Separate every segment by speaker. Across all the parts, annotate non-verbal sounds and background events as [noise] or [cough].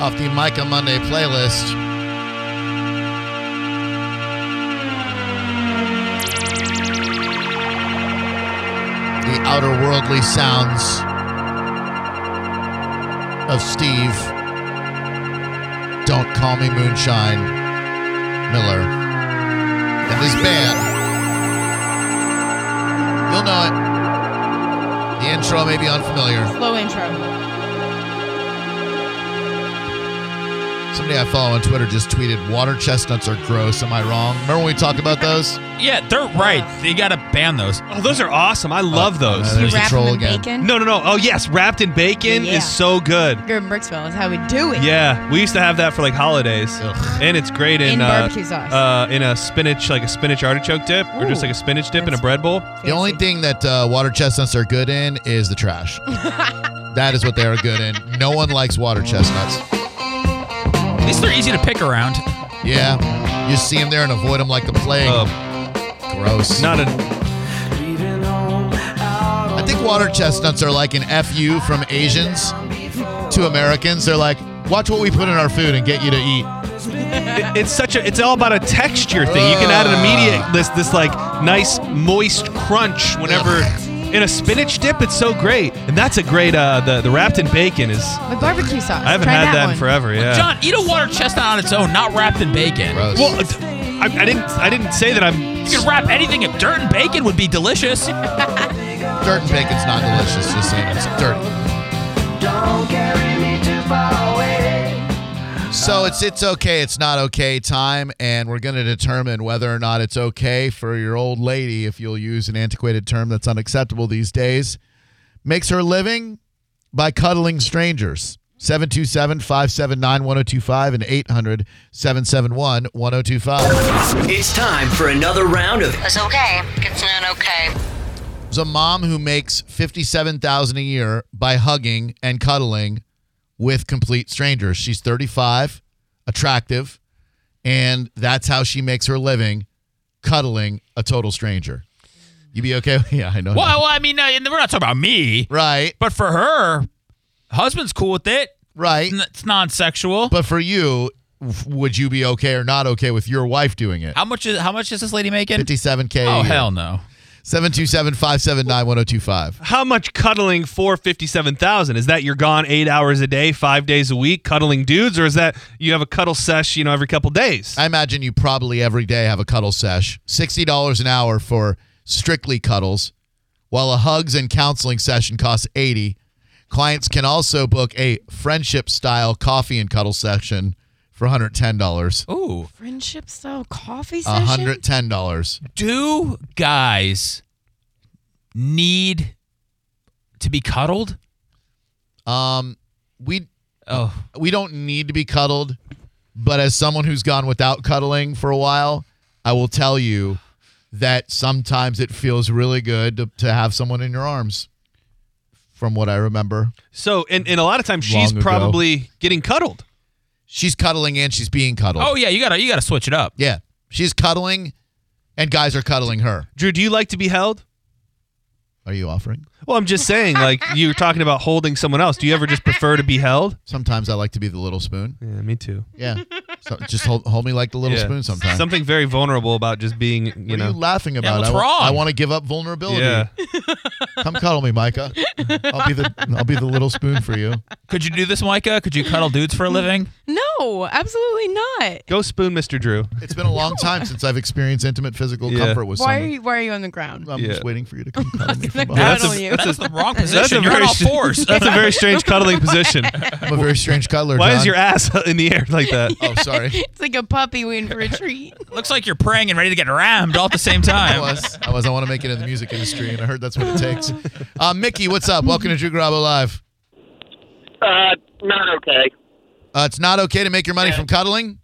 Speaker 1: off the Micah Monday playlist. The outer worldly sounds of Steve. Don't call me Moonshine Miller. And his band. You'll know it. The intro may be unfamiliar.
Speaker 2: Slow intro.
Speaker 1: Somebody I follow on Twitter just tweeted, "Water chestnuts are gross." Am I wrong? Remember when we talked about those?
Speaker 3: Yeah, they're right. They gotta ban those. Oh, those are awesome. I love those.
Speaker 1: uh, There's
Speaker 2: you
Speaker 1: a
Speaker 2: wrap
Speaker 1: troll
Speaker 2: them in
Speaker 1: again.
Speaker 2: bacon.
Speaker 3: No, no, no. Oh yes, wrapped in bacon
Speaker 2: Yeah.
Speaker 3: is so good.
Speaker 2: Here in Bricksville is how we do it.
Speaker 3: Yeah, we used to have that for like holidays,
Speaker 1: Ugh.
Speaker 3: and it's great in,
Speaker 2: In
Speaker 3: uh,
Speaker 2: barbecue sauce.
Speaker 3: uh, in a spinach like a spinach artichoke dip, or just
Speaker 2: Ooh,
Speaker 3: like a spinach dip in a
Speaker 2: that's-
Speaker 3: bread bowl.
Speaker 1: The only
Speaker 2: Fancy.
Speaker 1: thing that uh, water chestnuts are good in is the trash. that is what they are good in. No one likes water chestnuts.
Speaker 4: At least they're easy to pick around.
Speaker 1: Yeah, you see them there and avoid them like the plague.
Speaker 3: Uh,
Speaker 1: gross.
Speaker 3: not a
Speaker 1: I think water chestnuts are like an fu from Asians to Americans. They're like, watch what we put in our food and get you to eat.
Speaker 3: it- it's such a it's all about a texture thing. You can add an immediate this this like nice moist crunch whenever in a spinach dip. It's so great, and that's a great uh, the the wrapped in bacon is.
Speaker 2: With barbecue sauce.
Speaker 3: I haven't
Speaker 2: Try
Speaker 3: had that,
Speaker 2: one.
Speaker 3: in forever. Yeah.
Speaker 4: John, eat a water chestnut on its own, not wrapped in bacon.
Speaker 1: Gross.
Speaker 3: Well, uh, I, I didn't. I didn't say that I'm.
Speaker 4: You could wrap anything in dirt and bacon would be delicious.
Speaker 1: dirt and bacon's not delicious. Just saying, it's dirty. So it's it's okay, it's not okay time, and we're going to determine whether or not it's okay for your old lady, if you'll use an antiquated term that's unacceptable these days, makes her living by cuddling strangers. 727 579 1025 and 800 771 1025.
Speaker 5: It's time for another round of
Speaker 6: It's okay. It's not okay.
Speaker 1: There's a mom who makes 57,000 a year by hugging and cuddling with complete strangers. She's 35, attractive, and that's how she makes her living cuddling a total stranger. You be okay? [laughs] Yeah, I know.
Speaker 4: Well, well, I mean, uh, and we're not talking about me,
Speaker 1: Right,
Speaker 4: but for her, husband's cool with it.
Speaker 1: right.
Speaker 4: N- It's non-sexual.
Speaker 1: But for you, f- would you be okay or not okay with your wife doing it?
Speaker 4: how much is how much is this lady making?
Speaker 1: 57K.
Speaker 4: Oh hell no.
Speaker 1: 727 579 1025.
Speaker 3: How much cuddling for fifty-seven thousand? Is that you're gone eight hours a day, five days a week, cuddling dudes, or is that you have a cuddle sesh, you know, every couple days?
Speaker 1: I imagine you probably every day have a cuddle sesh. Sixty dollars an hour for strictly cuddles, while a hugs and counseling session costs eighty. Clients can also book a friendship style coffee and cuddle session for one hundred ten dollars.
Speaker 4: Ooh.
Speaker 2: Friendship style coffee
Speaker 1: One
Speaker 2: session.
Speaker 1: hundred ten dollars.
Speaker 4: Do guys need to be cuddled?
Speaker 1: Um, we
Speaker 4: Oh.
Speaker 1: we don't need to be cuddled, but as someone who's gone without cuddling for a while, I will tell you that sometimes it feels really good to, to have someone in your arms. From what I remember.
Speaker 3: so, and, and a lot of times she's
Speaker 1: Long ago.
Speaker 3: probably getting cuddled.
Speaker 1: She's cuddling and she's being cuddled.
Speaker 4: Oh yeah, you gotta you gotta switch it up.
Speaker 1: yeah. She's cuddling and guys are cuddling her.
Speaker 3: Drew, do you like to be held?
Speaker 1: Are you offering?
Speaker 3: Well, I'm just saying, like you're talking about holding someone else. Do you ever just prefer to be held?
Speaker 1: Sometimes I like to be the little spoon.
Speaker 3: Yeah, me too.
Speaker 1: Yeah. So just hold, hold me like the little
Speaker 3: Yeah.
Speaker 1: spoon sometimes.
Speaker 3: Something very vulnerable about just being, you
Speaker 1: what
Speaker 3: know.
Speaker 1: are you laughing about?
Speaker 4: what's
Speaker 1: I wa-
Speaker 4: wrong?
Speaker 1: I want to give up vulnerability.
Speaker 3: yeah.
Speaker 1: Come cuddle me, Micah. I'll be the I'll be the little spoon for you.
Speaker 4: Could you do this, Micah? Could you cuddle dudes for a [laughs] living?
Speaker 2: No, absolutely not.
Speaker 3: Go spoon, Mr. Drew.
Speaker 1: It's been a
Speaker 2: [laughs]
Speaker 1: long time since I've experienced intimate physical
Speaker 3: Yeah.
Speaker 1: comfort with
Speaker 2: Why are
Speaker 1: someone.
Speaker 2: you why are you on the ground?
Speaker 1: I'm just
Speaker 3: Yeah.
Speaker 1: waiting for you to
Speaker 2: [laughs]
Speaker 1: come cuddle me from
Speaker 2: Cuddle
Speaker 1: behind.
Speaker 3: that's a-
Speaker 2: you.
Speaker 3: that's a-
Speaker 4: That's the wrong
Speaker 3: That's a
Speaker 4: position. You're on
Speaker 3: very
Speaker 4: all
Speaker 3: str-
Speaker 4: [laughs] fours.
Speaker 3: That's a very strange cuddling position.
Speaker 1: I'm a very strange cuddler.
Speaker 3: Why is
Speaker 1: John.
Speaker 3: your ass in the air
Speaker 1: [laughs]
Speaker 3: like that?
Speaker 1: Oh,
Speaker 3: [laughs]
Speaker 1: sorry.
Speaker 2: it's like a puppy waiting for a treat.
Speaker 4: Looks like you're praying and ready to get rammed all at the [laughs] same time.
Speaker 1: I was. I was. I want to make it in the music industry, and I heard that's what it takes. Uh, Mickey, what's up? Welcome to Drew Garabo Live.
Speaker 7: Uh, not okay.
Speaker 1: Uh, it's not okay to make your money from cuddling.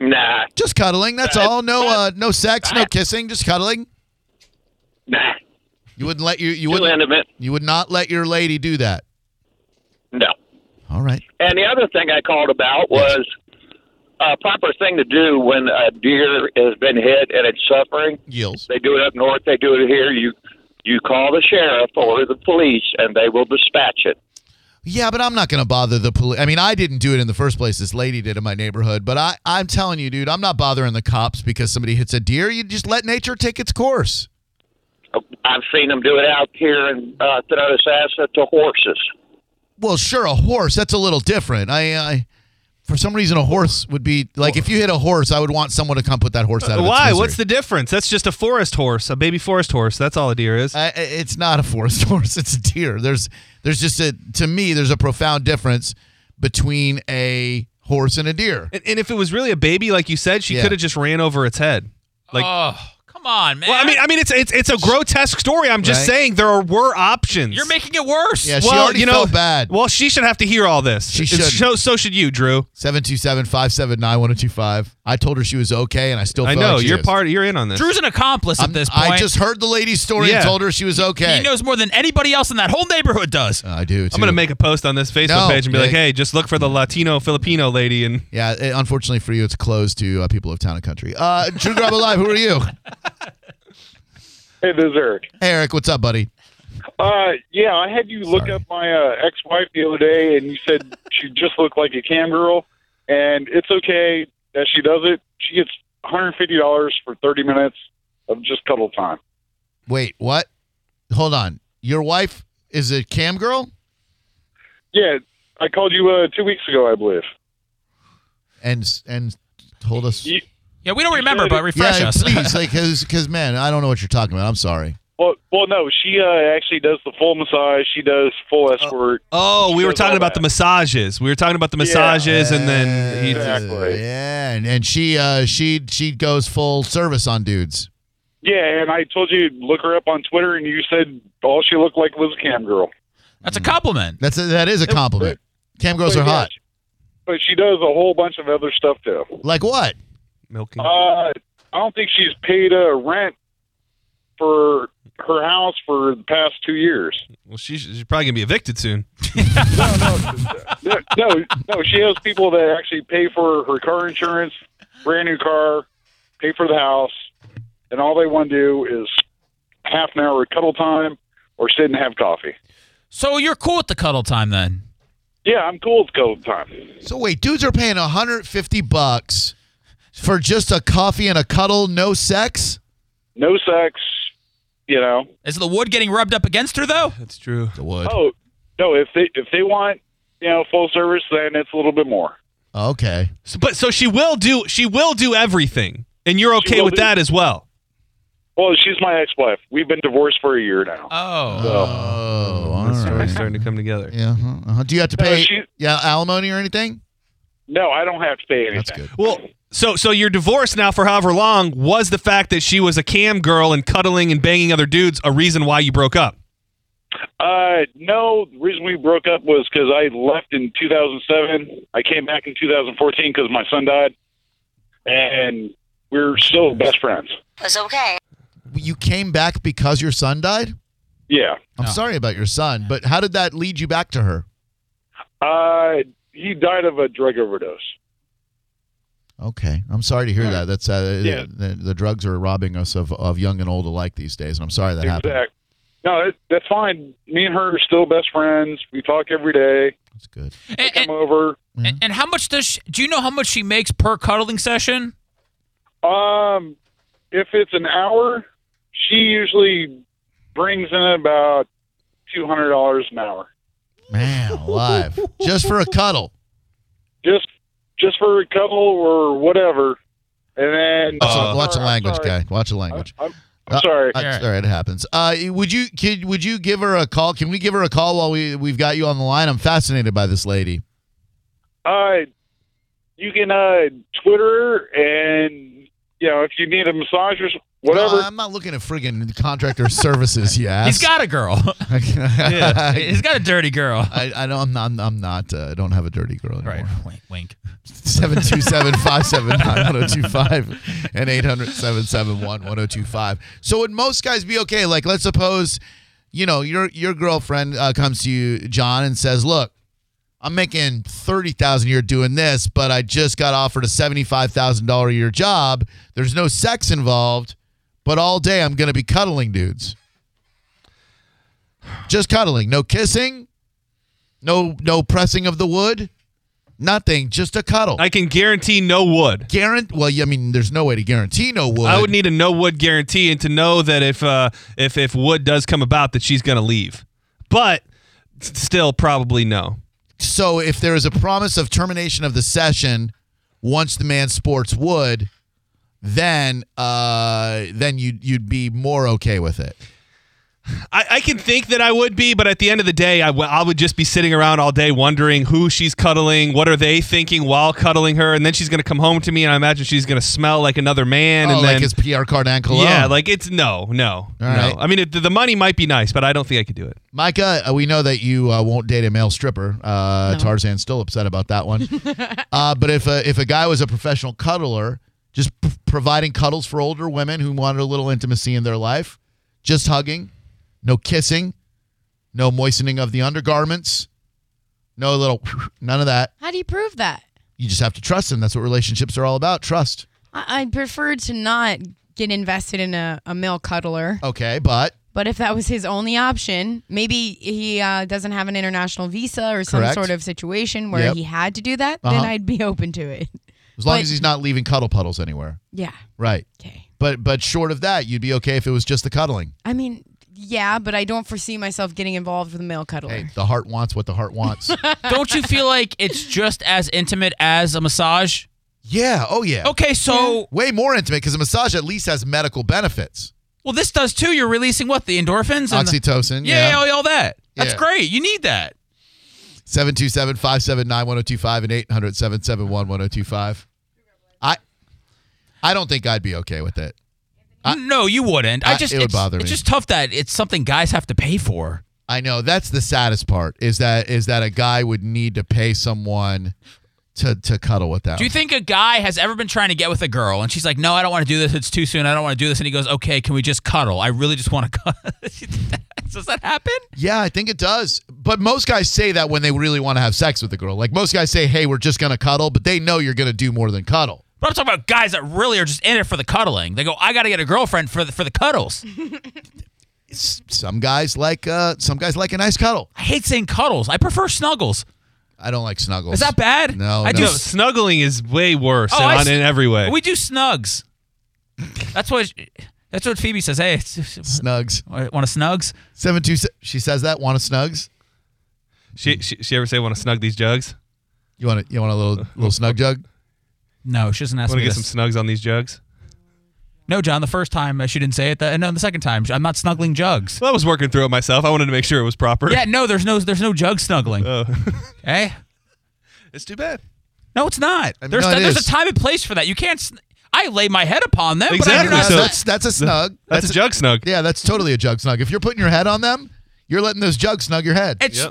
Speaker 7: Nah,
Speaker 1: Just cuddling. That's all. No, uh, no sex, no kissing. Just cuddling.
Speaker 7: nah.
Speaker 1: You wouldn't let you. You
Speaker 7: Too
Speaker 1: wouldn't.
Speaker 7: intimate.
Speaker 1: You would not let your lady do that.
Speaker 7: No.
Speaker 1: All right.
Speaker 7: And the other thing I called about was a proper thing to do when a deer has been hit and it's suffering.
Speaker 1: Yields.
Speaker 7: They do it up north. They do it here. You you call the sheriff or the police, and they will dispatch it.
Speaker 1: Yeah, but I'm not going to bother the police. I mean, I didn't do it in the first place. This lady did in my neighborhood. But I, I'm telling you, dude, I'm not bothering the cops because somebody hits a deer. You just let nature take its course.
Speaker 7: I've seen them do it out here in uh, Tenotusassa to horses.
Speaker 1: Well, sure, a horse. That's a little different. I, I for some reason, a horse would be like if you hit a horse, I would want someone to come put that horse out of its
Speaker 3: Why?
Speaker 1: misery.
Speaker 3: What's the difference? That's just a forest horse, a baby forest horse. That's all a deer is.
Speaker 1: I, I- it's not a forest [laughs] horse. It's a deer. There's there's just a to me there's a profound difference between a horse and a deer.
Speaker 3: And, and if it was really a baby, like you said, she
Speaker 1: Yeah.
Speaker 3: could have just ran over its head. Like,
Speaker 4: oh, come on, man.
Speaker 3: well, I mean, I mean, it's it's it's a grotesque story. I'm just
Speaker 1: Right.
Speaker 3: saying there are, were options.
Speaker 4: you're making it worse.
Speaker 1: Yeah, she
Speaker 3: well,
Speaker 1: already
Speaker 3: you know,
Speaker 1: felt bad.
Speaker 3: Well, she should have to hear all this.
Speaker 1: She
Speaker 3: It's-
Speaker 1: shouldn't.
Speaker 3: So, so should you, Drew.
Speaker 1: Seven two seven five seven nine one zero two five. I told her she was okay, and I still.
Speaker 3: I
Speaker 1: feel
Speaker 3: know
Speaker 1: like she
Speaker 3: you're
Speaker 1: is.
Speaker 3: part. You're in on this.
Speaker 4: Drew's an accomplice
Speaker 1: I'm-
Speaker 4: at this point.
Speaker 1: I just heard the lady's story
Speaker 3: Yeah.
Speaker 1: and told her she was okay. Uh,
Speaker 4: he knows more than anybody else in that whole neighborhood does.
Speaker 1: I do. Too.
Speaker 3: I'm gonna make a post on this
Speaker 1: No,
Speaker 3: Facebook page and be like,
Speaker 1: Nick.
Speaker 3: "Hey, just look for the Latino Filipino lady." And
Speaker 1: Yeah, it- unfortunately for you, it's closed to uh, people of town and country. Uh, Drew Grab Alive, who are
Speaker 3: [laughs]
Speaker 1: you?
Speaker 8: Hey, this is Eric.
Speaker 1: Hey, Eric, what's up, buddy?
Speaker 8: Uh, yeah, I had you look
Speaker 1: Sorry.
Speaker 8: up my uh, ex-wife the other day, and you
Speaker 1: [laughs]
Speaker 8: said she just looked like a cam girl, and it's okay that she does it. She gets $150 for 30 minutes of just cuddle time.
Speaker 1: Wait, what? Hold on. Your wife is a cam girl,
Speaker 8: Yeah, I called you uh, two weeks ago, I believe.
Speaker 1: and s- and told us.
Speaker 8: You,
Speaker 4: Yeah, we don't remember, but refresh
Speaker 1: yeah,
Speaker 4: us.
Speaker 1: please, like, cause, 'cause, man, I don't know what you're talking about. I'm sorry.
Speaker 8: well, well, no, she uh, actually does the full massage. She does full escort.
Speaker 3: oh, we
Speaker 8: She
Speaker 3: were
Speaker 8: does all
Speaker 3: talking about the
Speaker 8: that.
Speaker 3: massages. We were talking about the massages, and then he,
Speaker 8: Exactly.
Speaker 1: Yeah, and, and she uh, she she goes full service on dudes.
Speaker 8: Yeah, and I told you look her up on Twitter, and you said all she looked like was a cam girl.
Speaker 4: That's a compliment.
Speaker 1: That's a, that is a compliment. Cam girls
Speaker 8: But
Speaker 1: are
Speaker 8: yeah,
Speaker 1: hot.
Speaker 8: she- But she does a whole bunch of other stuff too.
Speaker 1: Like what?
Speaker 3: milking.
Speaker 8: Uh, I don't think she's paid uh, rent for her house for the past two years.
Speaker 3: well, she's, she's probably gonna be evicted soon.
Speaker 8: no, no, she has people that actually pay for her car insurance, brand new car, pay for the house, and all they want to do is half an hour of cuddle time or sit and have coffee.
Speaker 4: So you're cool with the cuddle time then?
Speaker 8: Yeah, I'm cool with cuddle time.
Speaker 1: So wait, dudes are paying 150 bucks for just a coffee and a cuddle, no sex?
Speaker 8: No sex, you know.
Speaker 4: Is the wood getting rubbed up against her though?
Speaker 3: That's true.
Speaker 1: Would.
Speaker 8: Oh no, if they if they want you know full service, then it's a little bit more. Oh.
Speaker 1: Okay.
Speaker 3: So, but so she will do. She will do everything, and you're okay
Speaker 8: will
Speaker 3: with
Speaker 8: do-
Speaker 3: that as well.
Speaker 8: Well, she's my ex-wife. We've been divorced for a year now.
Speaker 4: Oh,
Speaker 8: So, um,
Speaker 1: Oh, all
Speaker 3: The story's
Speaker 1: right.
Speaker 3: starting to come together.
Speaker 1: Yeah. uh-huh, uh-huh. Do you have to pay
Speaker 8: she-
Speaker 1: yeah, alimony or anything?
Speaker 8: no, I don't have to pay anything.
Speaker 1: That's good.
Speaker 3: [laughs] Well, so so your divorce now for however long was the fact that she was a cam girl and cuddling and banging other dudes a reason why you broke up?
Speaker 8: Uh, no, the reason we broke up was because I left in 2007. I came back in 2014 because my son died, and we're still best friends.
Speaker 6: It's okay.
Speaker 1: You came back because your son died?
Speaker 8: Yeah.
Speaker 1: I'm
Speaker 4: No.
Speaker 1: sorry about your son, but how did that lead you back to her?
Speaker 8: Uh, he died of a drug overdose.
Speaker 1: Okay. I'm sorry to hear that. That's uh,
Speaker 8: Yeah.
Speaker 1: the, the drugs are robbing us of, of young and old alike these days, and I'm sorry that happened.
Speaker 8: Exact. No, it, that's fine. Me and her are still best friends. We talk every day.
Speaker 1: That's good.
Speaker 8: I
Speaker 4: [laughs] and,
Speaker 8: come over.
Speaker 4: and- and- and how much does she, do you know how much she makes per cuddling session?
Speaker 8: Um, if it's an hour, she usually brings in about two hundred dollars an hour
Speaker 1: Man, alive. Just for a cuddle.
Speaker 8: just just for a couple or whatever, and then
Speaker 1: Watch,
Speaker 3: Uh,
Speaker 1: a, watch a
Speaker 8: I'm
Speaker 1: language,
Speaker 8: sorry.
Speaker 1: guy. Watch a language.
Speaker 8: I'm,
Speaker 1: Uh,
Speaker 8: I'm sorry.
Speaker 1: That's all right. It happens. Uh, would you could would you give her a call? Can we give her a call while we we've got you on the line? I'm fascinated by this lady.
Speaker 8: Uh, you can uh Twitter and you know if you need a massage or s- whatever.
Speaker 1: No, Uh, I'm not looking at friggin' contractor services. You ass.
Speaker 4: [laughs]
Speaker 1: [laughs]
Speaker 4: He's got a girl. [laughs]
Speaker 1: I,
Speaker 4: He's got a dirty girl.
Speaker 1: [laughs] I don't. I'm not. I'm not. Uh, I don't have a dirty girl
Speaker 4: [laughs] Right.
Speaker 1: anymore.
Speaker 4: Wink, wink.
Speaker 1: Seven two seven five seven nine one zero two five and eight hundred seven seven one one zero two five. So would most guys be okay? Like, let's suppose, you know, your your girlfriend uh, comes to you, John, and says, "Look, I'm making thirty thousand a year doing this, but I just got offered a seventy five thousand dollar a year job. There's no sex involved, but all day I'm gonna be cuddling dudes. Just cuddling, no kissing, No, no pressing of the wood. Nothing. Just a cuddle.
Speaker 3: I can guarantee no wood.
Speaker 1: guarantee. Well, yeah, I mean, there's no way to guarantee no wood.
Speaker 3: I would need a no wood guarantee and to know that if uh, if if wood does come about that she's gonna leave. But s- still probably no.
Speaker 1: so if there is a promise of termination of the session once the man sports wood, then uh, then you'd you'd be more okay with it.
Speaker 3: I, I can think that I would be, but at the end of the day, I, w- I would just be sitting around all day wondering who she's cuddling, what are they thinking while cuddling her, and then she's gonna come home to me, and I imagine she's gonna smell like another man,
Speaker 1: oh,
Speaker 3: and then
Speaker 1: like his PR card and cologne.
Speaker 3: yeah, like it's no, no, no.
Speaker 1: right.
Speaker 3: I mean, it, the money might be nice, but I don't think I could do it.
Speaker 1: Micah, uh, we know that you uh, won't date a male stripper. Uh, Tarzan's still upset about that one. uh, but if a, if a guy was a professional cuddler, just p- providing cuddles for older women who wanted a little intimacy in their life, just hugging, no kissing, no moistening of the undergarments, no little [laughs] none of that.
Speaker 2: How do you prove that?
Speaker 1: You just have to trust them. That's what relationships are all about. Trust.
Speaker 2: I, I prefer to not get invested in a, a male cuddler.
Speaker 1: Okay, but
Speaker 2: But if that was his only option, maybe he uh, doesn't have an international visa or some
Speaker 1: Correct.
Speaker 2: sort of situation where
Speaker 1: Yep.
Speaker 2: he had to do that, then
Speaker 1: Uh-huh.
Speaker 2: I'd be open to it.
Speaker 1: as long
Speaker 2: But-
Speaker 1: as he's not leaving cuddle puddles anywhere,
Speaker 2: Yeah.
Speaker 1: right?
Speaker 2: Okay.
Speaker 1: But but short of that, you'd be okay if it was just the cuddling.
Speaker 2: I mean, yeah, but I don't foresee myself getting involved with a male cuddler.
Speaker 1: Hey, the heart wants what the heart
Speaker 4: [laughs]
Speaker 1: wants.
Speaker 4: Don't you feel like it's just as intimate as a massage?
Speaker 1: Yeah. Oh, yeah.
Speaker 4: Okay, so
Speaker 1: Way more intimate because a massage at least has medical benefits.
Speaker 4: well, this does too. You're releasing what the endorphins, and the-
Speaker 1: Oxytocin.
Speaker 4: yeah,
Speaker 1: yeah.
Speaker 4: all, all that. That's
Speaker 1: Yeah.
Speaker 4: great. You need that.
Speaker 1: 727 579 1025 and 800 771 1025. I I don't think I'd be okay with it.
Speaker 4: no, you wouldn't. I,
Speaker 1: I-
Speaker 4: just
Speaker 1: it would
Speaker 4: it's,
Speaker 1: bother
Speaker 4: It's
Speaker 1: me.
Speaker 4: just tough that it's something guys have to pay for.
Speaker 1: I know that's the saddest part is that is that a guy would need to pay someone to to cuddle with them.
Speaker 4: Do you think a guy has ever been trying to get with a girl and she's like, "No, I don't want to do this. It's too soon. I don't want to do this." And he goes, "Okay, can we just cuddle? I really just want to [laughs] cuddle." does that happen?
Speaker 1: yeah, I think it does. But most guys say that when they really want to have sex with a girl. Like most guys say, "Hey, we're just going to cuddle," but they know you're going to do more than cuddle.
Speaker 4: But I'm talking about guys that really are just in it for the cuddling. They go, "I got to get a girlfriend for the for the cuddles."
Speaker 1: S- Some guys like uh some guys like a nice cuddle.
Speaker 4: I hate saying cuddles. I prefer snuggles.
Speaker 1: I don't like snuggles.
Speaker 4: Is that bad?
Speaker 1: No,
Speaker 4: I
Speaker 1: no.
Speaker 4: do.
Speaker 1: No,
Speaker 3: No, snuggling is way worse in,
Speaker 4: Oh, I
Speaker 3: on-
Speaker 4: s-
Speaker 3: in every way.
Speaker 4: We do snugs. That's what that's what Phoebe says. Hey, it's,
Speaker 1: Snugs.
Speaker 4: want to snugs?
Speaker 1: Seven two. se- She says that. Want a snugs?
Speaker 3: she, she, she ever say want to snug these jugs?
Speaker 1: You want a, you want a little little snug
Speaker 4: [laughs]
Speaker 1: jug?
Speaker 4: No, she doesn't ask
Speaker 3: Want
Speaker 4: me
Speaker 3: to get some
Speaker 4: this.
Speaker 3: snugs on these jugs?
Speaker 4: no, John. The first time uh, she didn't say it. That, no, the second time I'm not snuggling jugs.
Speaker 3: Well, I was working through it myself. I wanted to make sure it was proper. [laughs]
Speaker 4: yeah, no. There's no there's no jug snuggling.
Speaker 3: Oh.
Speaker 4: Hey,
Speaker 3: it's too bad.
Speaker 4: no, it's not.
Speaker 1: I mean,
Speaker 4: there's
Speaker 1: no, it
Speaker 4: there's
Speaker 1: is.
Speaker 4: a time and place for that. You can't. Sn- I lay my head upon them.
Speaker 3: Exactly,
Speaker 4: But I do
Speaker 1: No,
Speaker 4: not
Speaker 3: so-
Speaker 1: that's that's a snug.
Speaker 3: That's, a jug snug.
Speaker 1: Yeah, that's totally a jug snug. If you're putting your head on them, you're letting those jugs snug your head.
Speaker 4: it's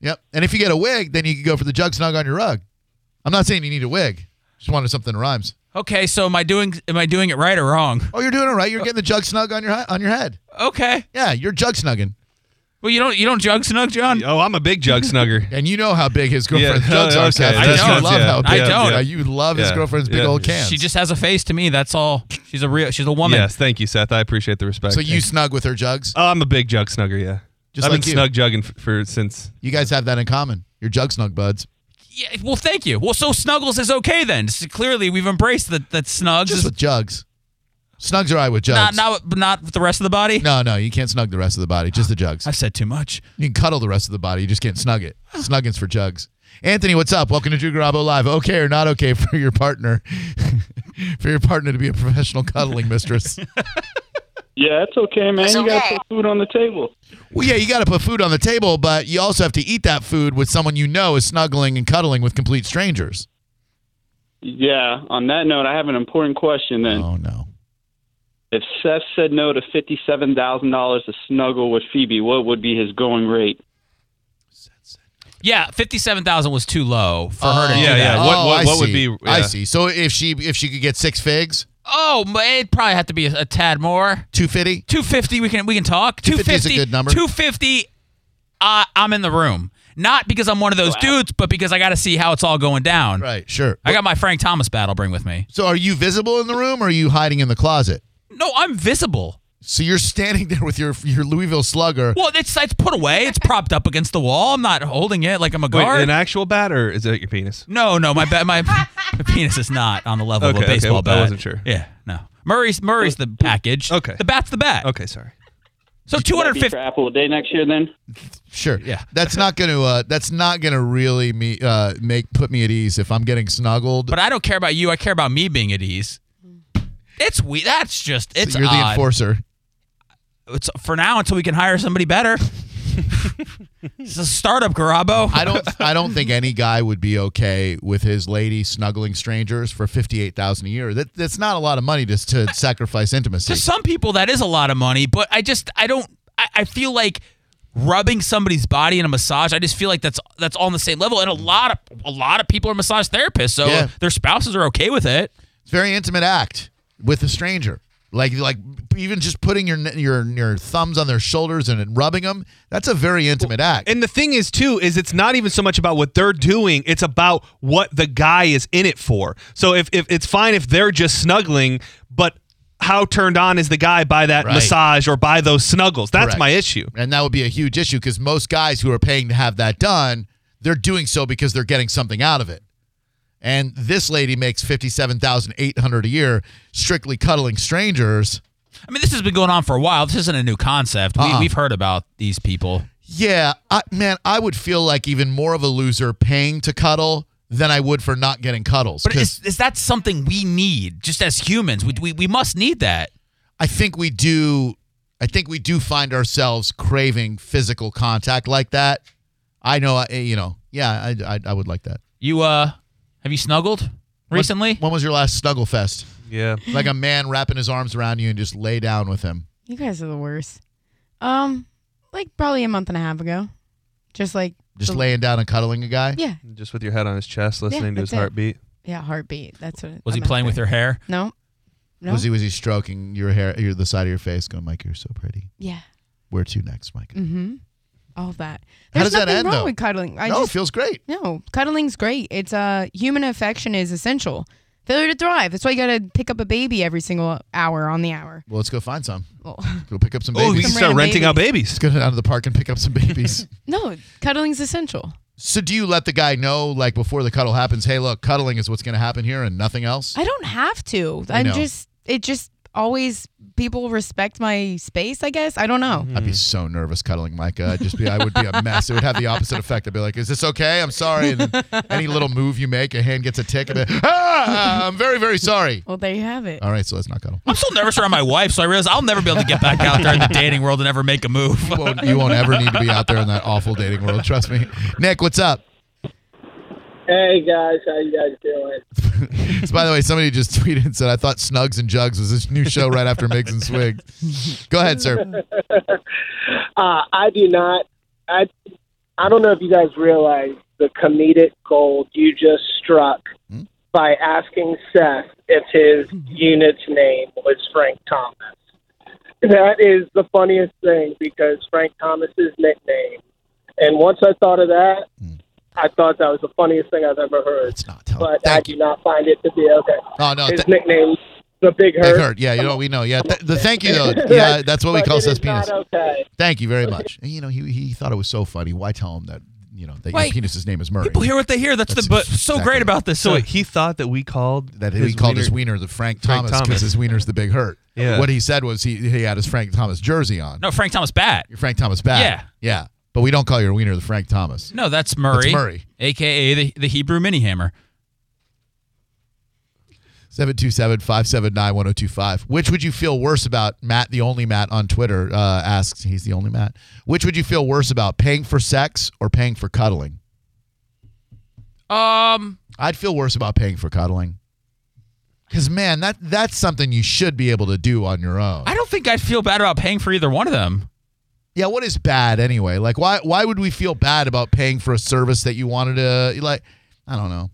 Speaker 1: yep. And if you get a wig, then you can go for the jug snug on your rug. I'm not saying you need a wig. Just wanted something that rhymes.
Speaker 4: okay. So am I doing am I doing it right or wrong?
Speaker 1: Oh, you're doing it right. You're getting the jug snug on your he- on your head.
Speaker 4: Okay.
Speaker 1: Yeah, you're jug snugging,
Speaker 4: Well, you don't you don't jug snug, John.
Speaker 3: Oh, I'm a big jug snugger.
Speaker 1: and you know how big his girlfriend's
Speaker 3: [laughs] Yeah,
Speaker 1: jugs
Speaker 3: oh,
Speaker 1: are.
Speaker 3: okay.
Speaker 1: Seth.
Speaker 3: I
Speaker 1: You
Speaker 4: don't,
Speaker 1: love
Speaker 3: yeah.
Speaker 1: how
Speaker 4: I
Speaker 1: big-
Speaker 4: don't.
Speaker 1: yeah, you love his
Speaker 3: Yeah.
Speaker 1: girlfriend's big
Speaker 3: Yeah.
Speaker 1: old cans.
Speaker 4: She just has a face to me. That's all. She's a real. She's a woman.
Speaker 3: Yes, thank you, Seth. I appreciate the respect.
Speaker 1: so you snug with her jugs.
Speaker 3: Oh, I'm a big jug snugger. Yeah,
Speaker 1: Just
Speaker 3: I've
Speaker 1: like
Speaker 3: been
Speaker 1: you.
Speaker 3: snug jugging for, for since.
Speaker 1: You guys have that in common. You're jug snug buds.
Speaker 4: Yeah, well, thank you. Well, so snuggles is okay then. So clearly, we've embraced that that snugs
Speaker 1: Just
Speaker 4: is
Speaker 1: with jugs. Snugs are all right with
Speaker 4: not
Speaker 1: jugs.
Speaker 4: not not with the rest of the body.
Speaker 1: no, no, you can't snug the rest of the body, just the jugs.
Speaker 4: I've said too much.
Speaker 1: You can cuddle the rest of the body, you just can't snug it. Snuggins for jugs. Anthony, what's up? Welcome to Drew Garabo Live. Okay or not okay for your partner, [laughs] for your partner to be a professional cuddling mistress.
Speaker 9: Yeah, it's okay, man.
Speaker 6: It's
Speaker 9: you
Speaker 6: okay.
Speaker 9: gotta put food on the table.
Speaker 1: Well, yeah, you got to put food on the table, but you also have to eat that food with someone you know is snuggling and cuddling with complete strangers.
Speaker 9: Yeah. On that note, I have an important question. Then,
Speaker 1: Oh no.
Speaker 9: if Seth said no to fifty-seven thousand dollars to snuggle with Phoebe, what would be his going rate?
Speaker 4: Yeah, fifty-seven thousand was too low for her to do
Speaker 1: Oh,
Speaker 3: yeah,
Speaker 4: that.
Speaker 3: yeah. What-
Speaker 1: Oh,
Speaker 3: what-
Speaker 1: I
Speaker 3: what would
Speaker 1: see.
Speaker 3: be-
Speaker 1: I
Speaker 3: yeah.
Speaker 1: see. So if she if she could get six figs,
Speaker 4: Oh, ma- it'd probably have to be a, a tad more.
Speaker 1: two fifty.
Speaker 4: Two fifty. We can we can talk. Two
Speaker 1: 250 is a
Speaker 4: fifty
Speaker 1: good number.
Speaker 4: Two fifty. Uh, I'm in the room, not because I'm one of those dudes, but because I got to see how it's all going down.
Speaker 1: Right. Sure.
Speaker 4: I got my Frank Thomas bat. I'll bring with me.
Speaker 1: So are you visible in the room or are you hiding in the closet?
Speaker 4: No, I'm visible.
Speaker 1: So you're standing [laughs] there with your your Louisville Slugger.
Speaker 4: Well, it's it's put away. It's propped up against the wall. I'm not holding it like I'm a
Speaker 3: Wait,
Speaker 4: guard.
Speaker 3: an actual bat or is it your penis?
Speaker 4: no, no, my ba- my, [laughs] my penis is not on the level
Speaker 3: Okay,
Speaker 4: of a
Speaker 3: okay,
Speaker 4: baseball
Speaker 3: I
Speaker 4: bat.
Speaker 3: wasn't sure.
Speaker 4: Yeah, no. Murray's Murray's the package.
Speaker 3: Okay.
Speaker 4: The bat's the bat.
Speaker 3: Okay, sorry.
Speaker 4: So
Speaker 9: That'd be
Speaker 4: 250.
Speaker 9: for Apple a day next year then?
Speaker 1: Sure.
Speaker 4: Yeah.
Speaker 1: That's not gonna uh, that's not gonna really me uh, make put me at ease if I'm getting snuggled.
Speaker 4: But I don't care about you. I care about me being at ease. It's we. That's just
Speaker 1: So
Speaker 4: it's
Speaker 1: you're the
Speaker 3: [laughs]
Speaker 4: odd.
Speaker 1: enforcer.
Speaker 4: It's for now until we can hire somebody better. it's a startup, Garabo.
Speaker 1: I don't I don't think any guy would be okay with his lady snuggling strangers for fifty eight thousand a year. That that's not a lot of money just to sacrifice intimacy.
Speaker 4: to some people that is a lot of money but i just i don't I, I feel like rubbing somebody's body in a massage i just feel like that's that's all on the same level and a lot of a lot of people are massage therapists so
Speaker 1: Yeah.
Speaker 4: their spouses are okay with it
Speaker 1: It's a very intimate act with a stranger. Like like even just putting your your your thumbs on their shoulders and rubbing them. That's a very intimate act.
Speaker 3: And the thing is, too, is it's not even so much about what they're doing; it's about what the guy is in it for. So if, if it's fine if they're just snuggling, but how turned on is the guy by that
Speaker 1: Right.
Speaker 3: massage or by those snuggles? That's
Speaker 1: Correct.
Speaker 3: my issue.
Speaker 1: And that would be a huge issue because most guys who are paying to have that done, they're doing so because they're getting something out of it. And this lady makes fifty-seven thousand eight hundred a year strictly cuddling strangers.
Speaker 4: i mean this has been going on for a while this isn't a new concept we,
Speaker 1: Uh-uh.
Speaker 4: we've heard about these people
Speaker 1: Yeah, I, man, I would feel like even more of a loser paying to cuddle than I would for not getting cuddles.
Speaker 4: but
Speaker 1: 'Cause
Speaker 4: is, is that something we need just as humans we, we, we must need that
Speaker 1: I think we do. I think we do find ourselves craving physical contact like that. I know. I, you know. Yeah, I, I, I would like that.
Speaker 4: you uh have you snuggled recently
Speaker 1: When was your last snuggle fest?
Speaker 3: Yeah.
Speaker 1: like a man wrapping his arms around you and just lay down with him.
Speaker 2: You guys are the worst. Um, like probably a month and a half ago. Just like
Speaker 1: Just
Speaker 2: the-
Speaker 1: laying down and cuddling a guy.
Speaker 2: Yeah,
Speaker 3: Just with your head on his chest, listening to
Speaker 2: that's
Speaker 3: his
Speaker 2: it.
Speaker 3: heartbeat.
Speaker 2: yeah, heartbeat. That's what.
Speaker 4: was he playing with your hair
Speaker 2: No. No.
Speaker 1: Was he was he stroking your hair, your the side of your face, going, Mike, you're so pretty.
Speaker 2: yeah.
Speaker 1: Where to next, Mike?
Speaker 2: Mm-hmm. All of that.
Speaker 1: How
Speaker 2: There's
Speaker 1: does that
Speaker 2: nothing
Speaker 1: end,
Speaker 2: wrong
Speaker 1: though?
Speaker 2: with cuddling. I
Speaker 1: no,
Speaker 2: just
Speaker 1: feels great.
Speaker 2: no. Cuddling's great. It's uh human affection is essential. Failure to thrive. That's why you gotta pick up a baby every single hour on the hour.
Speaker 1: Well, let's go find some.
Speaker 2: Well,
Speaker 1: Go pick up
Speaker 2: [laughs]
Speaker 1: some
Speaker 3: Oh, we can
Speaker 1: babies.
Speaker 2: Some
Speaker 3: start
Speaker 2: random
Speaker 3: renting out babies.
Speaker 1: Let's go down to the park and pick up some
Speaker 2: [laughs]
Speaker 1: babies.
Speaker 2: no, cuddling's essential.
Speaker 1: so, do you let the guy know, like before the cuddle happens, hey, look, cuddling is what's going to happen here and nothing else?
Speaker 2: I don't have to.
Speaker 1: I
Speaker 2: I'm
Speaker 1: know.
Speaker 2: just it just always people respect my space, I guess. I don't know.
Speaker 1: I'd be so nervous cuddling Micah. I'd just be, I would be a mess. It would have the opposite effect. I'd be like, "Is this okay? I'm sorry." And then any little move you make, a hand gets a tick. And then, ah, I'm very, very sorry.
Speaker 2: Well, there you have it.
Speaker 1: All right, so let's not cuddle.
Speaker 4: i'm so nervous around my wife so i realize i'll never be able to get back out there in the dating world and ever make a move
Speaker 1: won't, you won't ever need to be out there in that awful dating world. Trust me. Nick, what's up?
Speaker 10: Hey guys, how you guys doing?
Speaker 1: So, by the way, somebody just [laughs] tweeted and said, I thought Snugs and Jugs was this new show right after Migs and Swigs. Go ahead, sir.
Speaker 10: [laughs] Uh, I do not. I I don't know if you guys realize the comedic gold you just struck
Speaker 1: Hmm?
Speaker 10: by asking Seth if his unit's name was Frank Thomas. That is the funniest thing because Frank Thomas's nickname. And once I thought of that, I thought that was the funniest thing I've ever heard.
Speaker 1: Hmm. It's not telling.
Speaker 10: But I
Speaker 1: Thank
Speaker 10: do
Speaker 1: you.
Speaker 10: not find it to be okay.
Speaker 1: Oh, no.
Speaker 10: His
Speaker 1: Th-
Speaker 10: nickname, the Big Hurt.
Speaker 1: Big Hurt. Yeah, you know, we know. Yeah. Th- the thank
Speaker 10: [laughs]
Speaker 1: you, though. Yeah, that's what we
Speaker 10: But
Speaker 1: call
Speaker 10: it is
Speaker 1: Seth's penis.
Speaker 10: Not okay.
Speaker 1: Thank you very much. And, you know, he, he thought it was so funny. Why tell him that, you know, that your
Speaker 4: Wait.
Speaker 1: penis's name is Murray?
Speaker 4: People hear what they hear. That's,
Speaker 1: That's
Speaker 4: the but so
Speaker 1: exactly
Speaker 4: great
Speaker 1: it.
Speaker 4: about this.
Speaker 3: So
Speaker 4: So
Speaker 3: wait, he thought that we called
Speaker 1: that he called his wiener the Frank
Speaker 3: Frank
Speaker 1: Thomas because
Speaker 3: Thomas.
Speaker 1: his wiener's the Big Hurt.
Speaker 3: [laughs] Yeah.
Speaker 1: What he said was he, he had his Frank Thomas jersey on.
Speaker 4: no, Frank Thomas Bat.
Speaker 1: Your Frank Thomas back.
Speaker 4: Yeah.
Speaker 1: Yeah. But we don't call your wiener the Frank Thomas.
Speaker 4: No, that's Murray.
Speaker 1: That's Murray.
Speaker 4: aka the, the Hebrew mini hammer.
Speaker 1: 727-579-1025. Which would you feel worse about? Matt, the only Matt on Twitter, uh, asks, he's the only Matt. Which would you feel worse about, paying for sex or paying for cuddling?
Speaker 4: Um,
Speaker 1: I'd feel worse about paying for cuddling. Cause man, that that's something you should be able to do on your own.
Speaker 4: I don't think I'd feel bad about paying for either one of them.
Speaker 1: Yeah, what is bad anyway? Like why why would we feel bad about paying for a service that you wanted to like I don't know.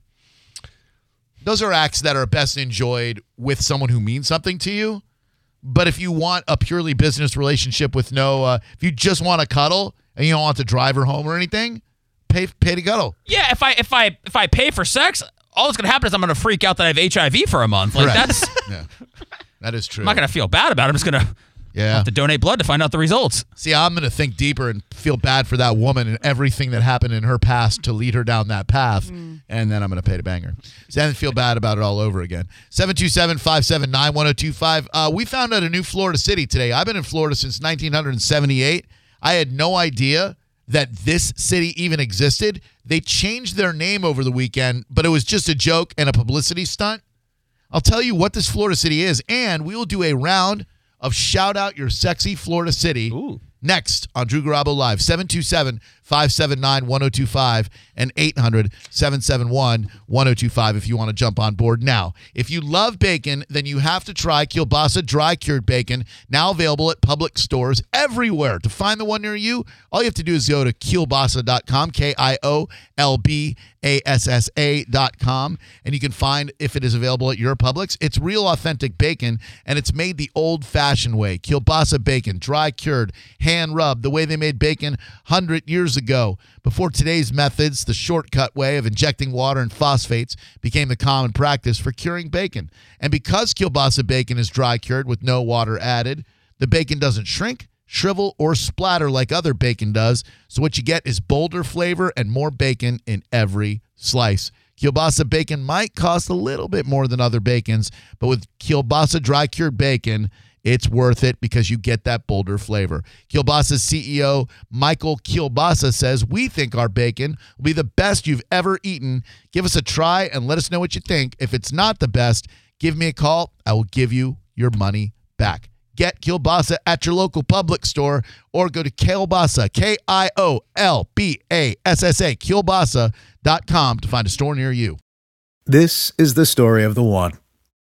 Speaker 1: Those are acts that are best enjoyed with someone who means something to you. But if you want a purely business relationship with no uh, if you just want to cuddle and you don't want to drive her home or anything, pay pay to cuddle.
Speaker 4: Yeah, if I if I if I pay for sex, all that's gonna happen is I'm gonna freak out that I have HIV for a month. Like
Speaker 1: Correct.
Speaker 4: that's
Speaker 1: Yeah. That is true.
Speaker 4: I'm not gonna feel bad about. it. I'm just gonna
Speaker 1: Yeah.
Speaker 4: Have to donate blood to find out the results.
Speaker 1: See, I'm going to think deeper and feel bad for that woman and everything that happened in her past to lead her down that path. And then I'm going to pay to bang her. So then feel bad about it all over again. 727 579 1025. Uh, We found out a new Florida city today. I've been in Florida since 1978. I had no idea that this city even existed. They changed their name over the weekend, but it was just a joke and a publicity stunt. I'll tell you what this Florida city is, and we will do a round of shout out your sexy Florida city next on Drew Garabo Live, 727 579 1025 and 800 771 1025 if you want to jump on board now. If you love bacon, then you have to try Kielbasa dry cured bacon, now available at public stores everywhere. To find the one near you, all you have to do is go to kielbasa.com, K I O L B ASSA.com. And you can find if it is available at your Publix. It's real authentic bacon and it's made the old fashioned way. Kielbasa bacon, dry cured, hand rubbed, the way they made bacon 100 years ago. Before today's methods, the shortcut way of injecting water and phosphates became the common practice for curing bacon. And because kielbasa bacon is dry cured with no water added, the bacon doesn't shrink shrivel, or splatter like other bacon does. So what you get is bolder flavor and more bacon in every slice. Kielbasa bacon might cost a little bit more than other bacons, but with Kielbasa dry cured bacon, it's worth it because you get that bolder flavor. Kielbasa CEO Michael Kielbasa says, We think our bacon will be the best you've ever eaten. Give us a try and let us know what you think. If it's not the best, give me a call. I will give you your money back. Get kielbasa at your local public store or go to kielbasa, K I O L B A S S A, kielbasa.com to find a store near you.
Speaker 11: This is the story of the one.